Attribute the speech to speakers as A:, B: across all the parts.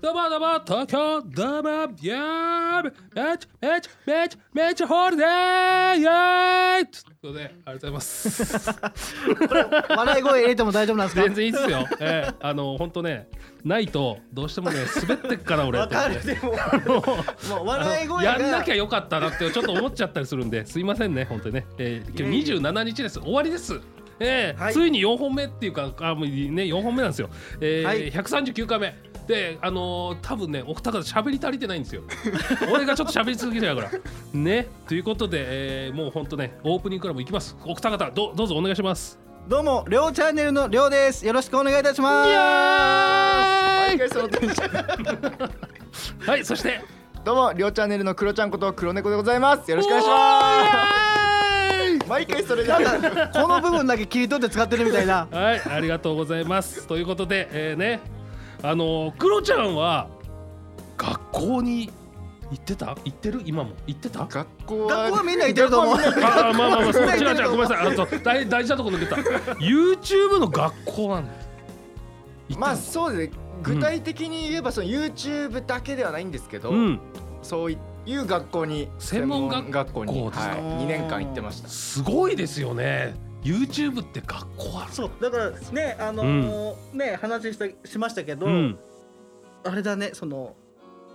A: どうもどうも東京どうもやーめめちゃめちゃめちゃめちゃホールデーイエーイということでありがとうございます
B: 笑い声入れても大丈夫なんですか
A: 全然いいっすよ、ええあの本当ねないとどうしてもね滑ってっから俺
B: わかる
A: と思って
B: でももう
A: あの
B: 笑い声が
A: やんなきゃよかったなってちょっと思っちゃったりするんですいませんね本当にね、えー、今
B: いえい
A: 日
B: え
A: 27日です終わりですえー
B: はい
A: ついに4本目っていうかあもうね4本目なんですよ、えー
B: はい
A: 139回目であのー多分ねお二方喋り足りてないんですよ 俺がちょっと喋り続けちゃうからねということで、えーもう本当ねオープニングからも行きますお二方どうどうぞお願いします
B: どうもりょうチャンネルのりょうですよろしくお願いいたします
A: は
C: そのテンション
A: いそして
C: どうも、りょうチャンネルのクロちゃんこと黒猫でございます。よろしくお願いします。毎回それで。
B: なんかこの部分だけ切り取って使ってるみたいな
A: はい、ありがとうございます。ということで、えーね、あのー、クロちゃんは学校に行ってた行ってる今も行ってたあ
C: 学校は。
B: 学校はみんな行ってると思う
A: あまあまあまあそう
B: みんな
A: 違う
B: 行ってる
A: 違うごめんなさいあのそう大大事なとこ抜けた YouTube の学校なんだ
C: まあ、そうですね。具体的に言えば、その YouTube だけではないんですけど、
A: うん
C: そういう学校に
A: 専門学校
C: 校に、
A: ですか
C: はい、2年間行ってました。
A: すごいですよね YouTube って学校ある
B: そうだからねあのね話したしましたけど、
A: うん
B: あれだねその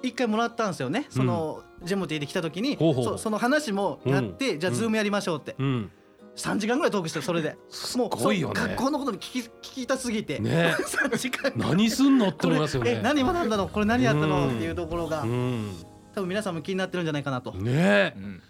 B: 一回もらったんですよねその、ジェモティで来た時に
A: ほうほう
B: そその話もやって、じゃあ
A: うん
B: ズームやりましょうって、
A: うん
B: 3時間ぐらいトークしてそれでもう
A: ごいよね
B: そう学校のことに聞き聞きたすぎて、
A: ね
B: 3時間
A: 何すんのって
B: こ
A: 思い
B: れ
A: ますよ
B: え
A: ね
B: 何学んだのこれ何やったの、
A: うん
B: っていうところが
A: うん
B: 多分皆さんも気になってるんじゃないかなと、
A: ねえ
C: うん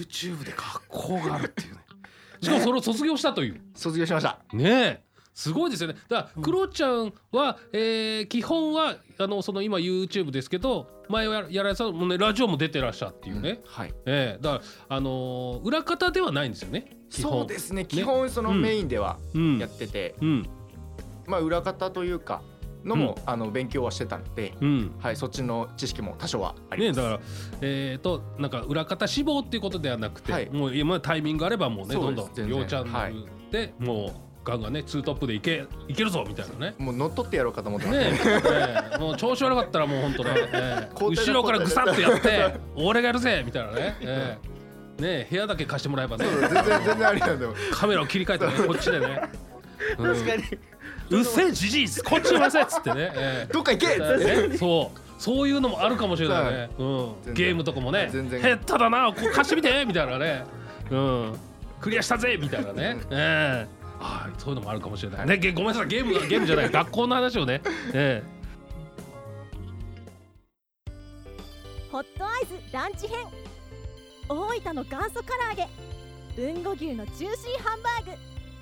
A: YouTube で学校があるっていうね しかもそれを卒業したという
C: 卒業しました。
A: ねえすごいですよねだからクロちゃんは、えー基本はあのその今 YouTube ですけど前はややられてたもうねラジオも出てらっしゃっていうね、
C: うんはい。
A: ええだからあのー裏方ではないんですよね基本
C: そうですね。基本そのメインでは
A: うん
C: やってて、
A: うん
C: まあ裏方というかのも、あの勉強はしてたので、
A: うん
C: はい、そっちの知識も多少はあり
A: ね
C: ま
A: だ
C: す。
A: からえっ、となんか裏方志望っていうことではなくて、
C: はい
A: もう今タイミングあればもうね
C: そ
A: ど
C: うんです
A: どん
C: 全然
A: ようちゃんで、もうガンガンねツートップでいけいけるぞみたいなね
C: もう乗っ取ってやろうかと思ってました
A: ねえええ もう調子悪かったらもう本当 ね、ええ
C: 交代だ
A: 後ろからぐさっとや って「俺がやるぜ!」みたいなね、ええねえ部屋だけ貸してもらえばね
C: そう全然全然ありなんだよ。
A: カメラを切り替えてねこっちでね「うん
B: 確かに
A: うっせえじじいこっちうるせえ」っつってね、ええ
C: どっか行け。
A: ねそうそういうのもあるかもしれないね、う
C: 全然
A: ん、ゲームとかもね「
C: 全然
A: ヘッダだなこう貸してみて!」みたいなね、うん「クリアしたぜ!」みたいなね、ええはいそういうのもあるかもしれないねげごめんなさいゲームがゲームじゃない学校の話をね、ええ
D: ホットアイズランチ編大分の元祖唐揚げ豊後牛のジューシーハンバーグ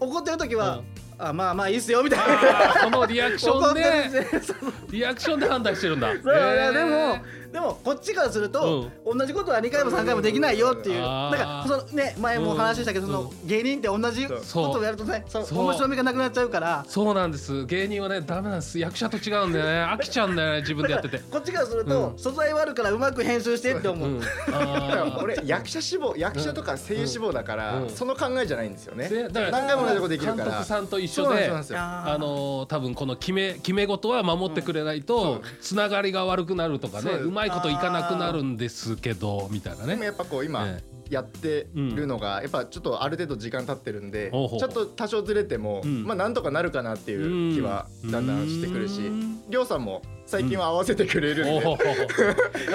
B: 怒ってる時は「あまあまあいいっすよ」みたい
A: あ
B: な。
A: ーそのリアクシ
B: 怒
A: ョ
B: っ
A: ン
B: てるん
A: で
B: でそう
A: リアクションで判断してるんだ
B: そういや
A: へ
B: で
A: ー
B: もでもこっちからすると、同じことは2回も3回もできないよってい
A: う
B: う、
A: ん
B: なんかそのね前もお話ししたけど、
A: うん
B: その芸人って同じことをやるとねそう
A: そう
B: 面白みがなくなっちゃうから
A: そうなんです芸人はねダメなんです役者と違うんだよね飽きちゃうんだよね自分でやってて
B: こっちからすると、
A: うん
B: 素材はあるからうまく編集してって思う、
A: うん
C: だから
A: あ
C: 俺役者志望役者とか声優志望だから、
A: うん
C: その考えじゃないんですよね。
A: ーでだから
C: 何回も同じことできるから
A: 監督さんと一
C: そう
A: 緒
C: なんです
A: で
C: そうなんですよ。
A: あのー多分この決め決め事は守ってくれないとつながりが悪くなるとかね
C: そうです
A: うまいこといかなくなるんですけどみたいな
C: でも
A: ね。
C: やっぱこう今
A: え
C: やってるのがやっぱちょっとある程度時間経ってるんでち
A: ほうほ
C: ょ
A: う
C: っと多少ずれても
A: うん
C: まあなんとかなるかなっていう気はだんだんしてくるし
A: うん
C: りょうさんも最近は合わせてくれるん
A: お
C: で
A: ほほほだか
B: ちょ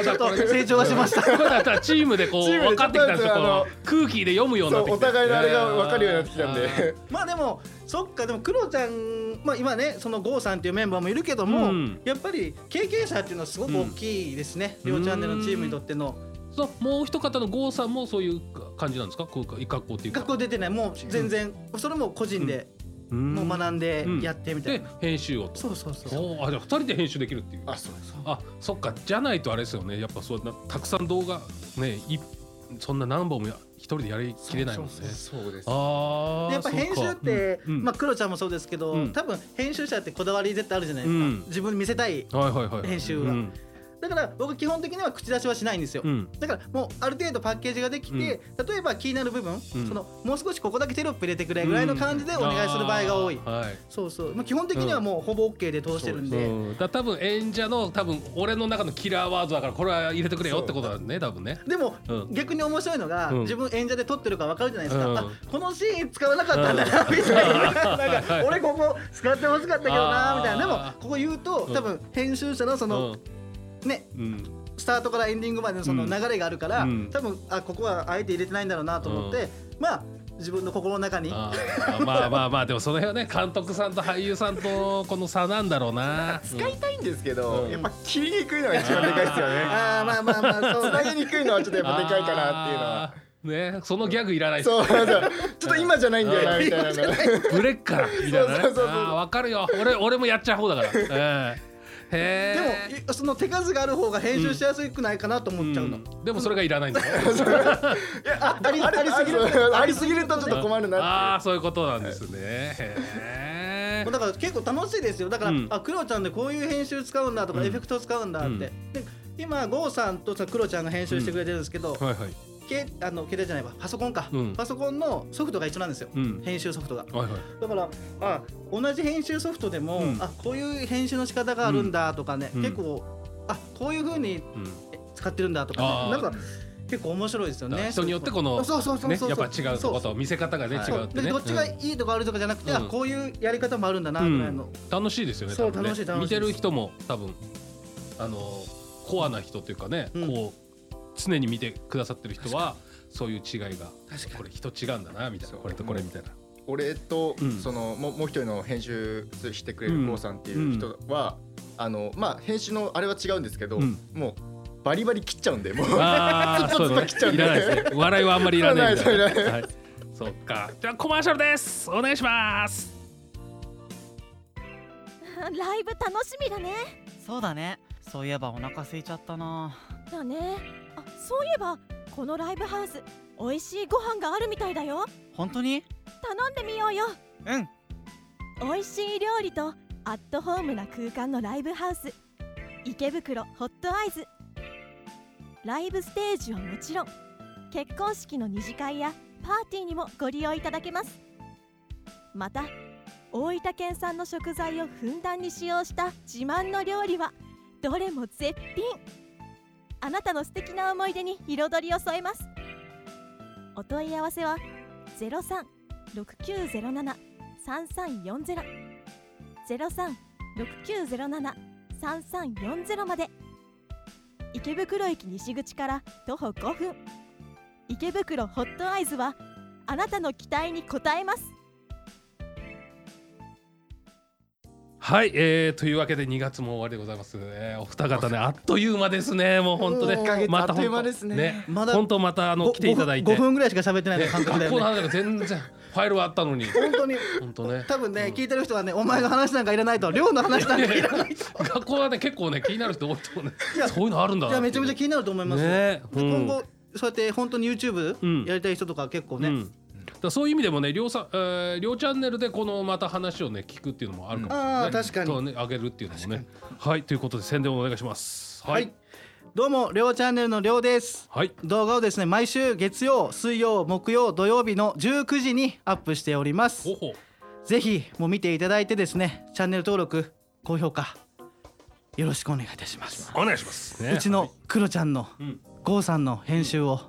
B: っ
A: ら
B: と
A: これ
B: 成長はしました
A: これだったらチームでこう
C: チームで
A: 分かってきたんですよ
C: ち
A: こ
C: ょっとずつ
A: の空気で読むようにな
C: そ
A: って
C: う
A: き
C: お
A: て
C: 互いのあれが分かるようになってきたんで
B: まあでもそっかでもクロちゃん、まあ、今ねその郷さんっていうメンバーもいるけども、
A: うん
B: やっぱり経験者っていうのはすごく大きいですね、
A: うん
B: 両チャンネルのチームにとっての
A: そうもう一方の郷さんもそういう感じなんですかこういう格好っていうか
B: 学校出てないもう全然、それも個人で、
A: も
B: もう学んでやってみたい
A: で
B: な、
A: 編集をと
B: そうそうそう
A: おーあじゃあ2人で編集できるっていう
C: あそう
A: あそっかじゃないとあれですよねやっぱそうなたくさん動画ねいそんな何本もや一人でやりきれないもんね
C: そうです
A: ああ
B: でやっぱ編集って、まあ、クロちゃんもそうですけど、
A: うん
B: 多分編集者ってこだわり絶対あるじゃないですか、
A: うん
B: 自分に見せたい
A: はいはいはい
B: 編集は
A: うん
B: だから僕基本的には口出しはしないんですよ、
A: うん
B: だからもうある程度パッケージができて、
A: うん
B: 例えば気になる部分、そのもう少しここだけテロップ入れてくれぐらいの感じでお願いする場合が多い、
A: あーはい
B: そうそう、まあ、基本的にはもうほぼ OK で通してるんで、
A: うんだから多分演者の多分俺の中のキラーワードだからこれは入れてくれよってことだね多分ね
B: でも、
A: うん
B: 逆に面白いのが、
A: うん
B: 自分演者で撮ってるから分かるじゃないですか、
A: うん
B: あこのシーン使わなかったんだなみ たいななんか俺ここ使ってほしかったけどなみたいなで
A: あー
B: もここ言うと多分編集者のその、ね
A: うんうん
B: スタートからエンディングまでのその
A: うん
B: 流れがあるから、
A: うん
B: 多分あここはあえて入れてないんだろうなと思って、まあ自分の心の中に
A: あーまあまあまあでもその辺はね監督さんと俳優さんとこの差なんだろうな
C: 使いたいんですけど
A: うん
C: やっぱ切りにくいのが一番でかいですよね
B: あーまあまあま あそう
C: 繋げにくいのはちょっとやっぱでかいかなっていうのは
A: っていうのはねそのギャグいらないです
C: そうな んですよちょっと今じゃないんだよなみたいなのが
A: ブレっ からみたいなね
C: そうそうそうそう
A: あーわかるよ俺俺もやっちゃう方だから、ええ
B: でも
A: へえ
B: いその手数がある方が編集しやすくないかなと思っちゃうの、
A: でもそれがいらないん だよ
C: あありありすぎるありすぎるとちょっと困るなっ
A: ああーそういうことなんですね、へ
B: もうだから結構楽しいですよだから、
A: うん
B: あクロちゃんでこういう編集使うんだとか、
A: うん
B: エフェクト使うんだって、
A: うん
B: で今ゴーさんとさクロちゃんが編集してくれてるんですけど、
A: えはいはい
B: けあの携帯じゃないわパソコンか、
A: うん
B: パソコンのソフトが一緒なんですよ、
A: うん
B: 編集ソフトが
A: はいはい
B: だからあ同じ編集ソフトでも、
A: うん
B: あこういう編集の仕方があるんだとかね、
A: うん
B: 結構あこういう風に
A: うん
B: 使ってるんだとか、
A: あー
B: ね、なんか結結構面白いですよね
A: 人によってこの
B: そうそうそう
A: ね
B: そう
A: やっぱ違うとこと見せ方がね
C: はい
A: 違
B: そうう
A: って
B: で
A: ね
B: どっちがいいとか悪いとかじゃなくて、
A: うん
B: あこういうやり方もあるんだなぐらいの、
A: 楽しいですよね
B: そう
A: 多分ね
B: 楽しい楽しい
A: 見てる人も多分あのコアな人というかね、
B: うん
A: こう常に見てくださってる人はそういう違いが
B: 確か
A: これ人違うんだなみたいな
C: そう
A: これとこれみたいな
C: 俺と、
A: うん
C: そのもうもう一人の編集してくれる
A: うん
C: 郷、さんっていう人は、あのまあ編集のあれは違うんですけど、
A: うん
C: もうバリバリ切っちゃうんでもう
A: ああ
C: ずっと
A: そういうのね
C: ずっと切っちゃうん
A: い
C: だ
A: ら
C: よ
A: な
C: ね
A: いですね笑いはあんまりいらないみたいな
C: そういらないそういら
A: はいそっかじゃあコマーシャルですお願いします
D: ライブ楽しみだね
E: そうだねそういえばお腹空いちゃったな
D: だねあそういえばこのライブハウス美味しいご飯があるみたいだよ
E: 本当に
D: 頼んでみようよ
E: うん
D: 美味しい料理とアットホームな空間のライブハウス池袋ホットアイズライブステージはもちろん結婚式の二次会やパーティーにもご利用いただけますまた大分県産の食材をふんだんに使用した自慢の料理はどれも絶品あなたの素敵な思い出に彩りを添えますお問い合わせは036907 3340ゼロ三六九ゼロ七三三四ゼロまで池袋駅西口から徒歩5分池袋ホットアイズはあなたの期待に応えます
A: はい、えー、というわけで2月も終わりでございます、えー、お二方ねあっという間ですねもう本当ね
C: 1ヶ月
A: ま
C: あ
A: た
C: っという間
A: 本
C: で
A: 当
C: すね
B: まだ
A: 本当またあの
B: ご
A: 来ていただいて
B: ご 5, 分ぐらいしか喋ってない感覚だ
A: 学
B: よ
A: 校の
B: ね
A: 話が全然ファイルはあったのに
B: 本当に
A: 本当ね
B: 多分ね、
A: うん
B: 聞いてる人はねお前の話なんかいらないと寮の話なんかいらないと
A: 学校はね結構ね気になる人多いと思うね
B: いや
A: そういうのあるんだ
B: い
A: な
B: や
A: ってい
B: めちゃめちゃ気になると思いますよ、
A: ね
B: で
A: うん
B: 今後そうやって本当に YouTube、
A: うん
B: やりたい人とか結構
A: う
B: ね、
A: んだからそういう意味でもね両さ、えー、両チャンネルでこのまた話をね聞くっていうのもあるかもしれない、
B: うんあー確かに
A: とねあげるっていうのもねはいということで宣伝をお願いします
B: はい、どうもりょうチャンネルのりょうです
A: はい
B: 動画をですね毎週月曜水曜木曜土曜日の19時にアップしております
A: ほうほう
B: ぜひもう見ていただいてですねチャンネル登録高評価よろしくお願いいたします、
A: お願いします、ね
B: うちのクロちゃんの
A: うん
B: ゴーさんの編集を、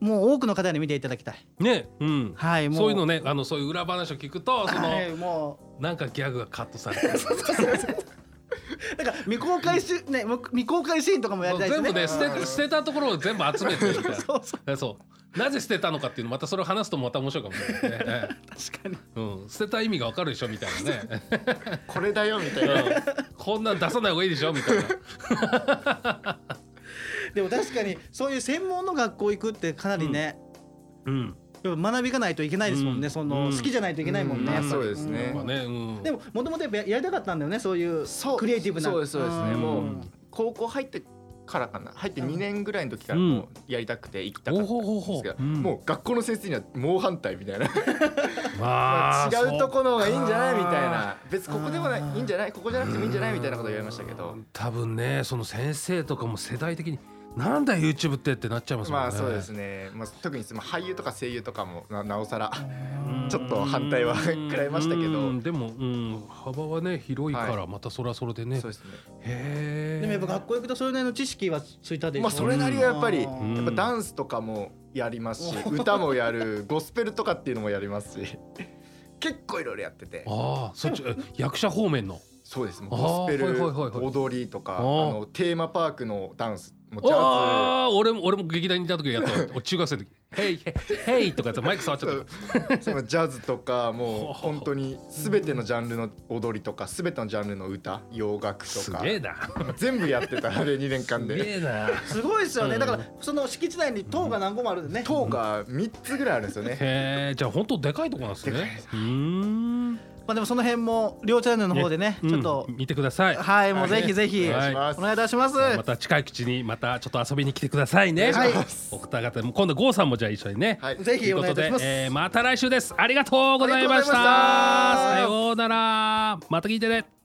B: もう多くの方に見ていただきたい
A: ねうん
B: はいもう
A: そういうのねあのそういう裏話を聞くとその、
B: はいも
A: なんかギャグがカットされて る
B: うなんか未公開しねもう未公開シーンとかもやりたいで
A: 全
B: すね
A: 部ね捨て捨てたところを全部集めてみたいな
B: そうそ
A: そうなぜ捨てたのかっていうのまたそれを話すとまた面白いかもしれないね、 ええ
B: 確かに
A: うん、捨てた意味がわかるでしょみたいな ね
C: これだよみたいな
A: こんなん出さない方がいいでしょみたいな
B: でも確かにそういう専門の学校行くってかなりね、
A: うん
B: やっぱ学びがないといけないですもんね、
A: うん
B: その、
A: うん
B: 好きじゃないといけないもんね、
A: うん
B: やっぱり
C: そうですね
A: まあねうん
B: でももともとやっぱやりたかったんだよねそういうクリエイティブな
C: そうですそうですね
B: ん
C: もう高校入ってからかな入って2年ぐらいの時から
A: うん
C: もうやりたくて行きたかったんですけ
A: ほ
C: ど、
A: うほうほううん
C: もう学校の先生には猛反対みたいな
A: まあ
C: 違うとこの方がいいんじゃないみ
A: そ
C: たい
A: っか
C: な別にここでもない
B: あー
C: いいんじゃないここじゃなくてもいいんじゃないみたいなこと言われましたけど
A: 多分ねその先生とかも世代的になんだ YouTube ってってなっちゃいますもんね
C: まあそうですね、まあ、特にその俳優とか声優とかもななおさら
A: うん
C: ちょっと反対は
A: うん
C: 食らいましたけど
A: うんでも、うん、幅はね広いからまたそれはそれでね、
C: そうですね
A: へえ
B: でもやっぱ学校行くとそれなりの知識はついたでしょ
C: まあそれなりはやっぱり、
B: うん
C: やっぱダンスとかもやりますし、歌もやるゴスペルとかっていうのもやりますし結構いろいろやってて
A: ああそっちえ役者方面の
C: そうですもう
A: あー
C: ゴスペル、
A: はいはいはいはい
C: 踊りとか
A: あ
C: あ
A: ー
C: のテーマパークのダンスもうジャ
A: ああ俺も俺も劇団にいた時やった わ中学生の時「ヘイヘイヘイ」とかやってマイク触っちゃった
C: ズ そうジャズとかも
A: ほう
C: う
A: ほう
C: 本当に全てのジャンルの踊りとか全てのジャンルの歌洋楽
A: す
C: とか
A: げえな
C: 全部やってたあれ2年間
A: すげ
C: で。
A: えな
B: すごいですよ
A: う
B: ね、
A: ん
B: だからその敷地内に塔が何個もあるんでね、
C: 塔が3つぐらいあるんですよね。
A: へえじゃあ本当でかいとこなんです
C: でかい
A: ね
C: で
A: うーん
B: まあでもその辺も両チャンネルの方でね
A: うん
B: ちょっと、
A: 見てください
B: はいもうぜひぜひ、
A: はい
C: お願いします
B: お願いいたします、
A: また近いうちにまたちょっと遊びに来てくださいね。
B: はい
A: お二方も今度郷さんもじゃあ一緒にね。
C: はい
B: ぜ
A: と
B: ひ
A: いう
B: お
A: こ
B: 願い
A: と
B: い
A: で
B: たしま、す、
A: えーまた来週です。ありがとうございました。
C: あ
A: さようなら。また聞いてね。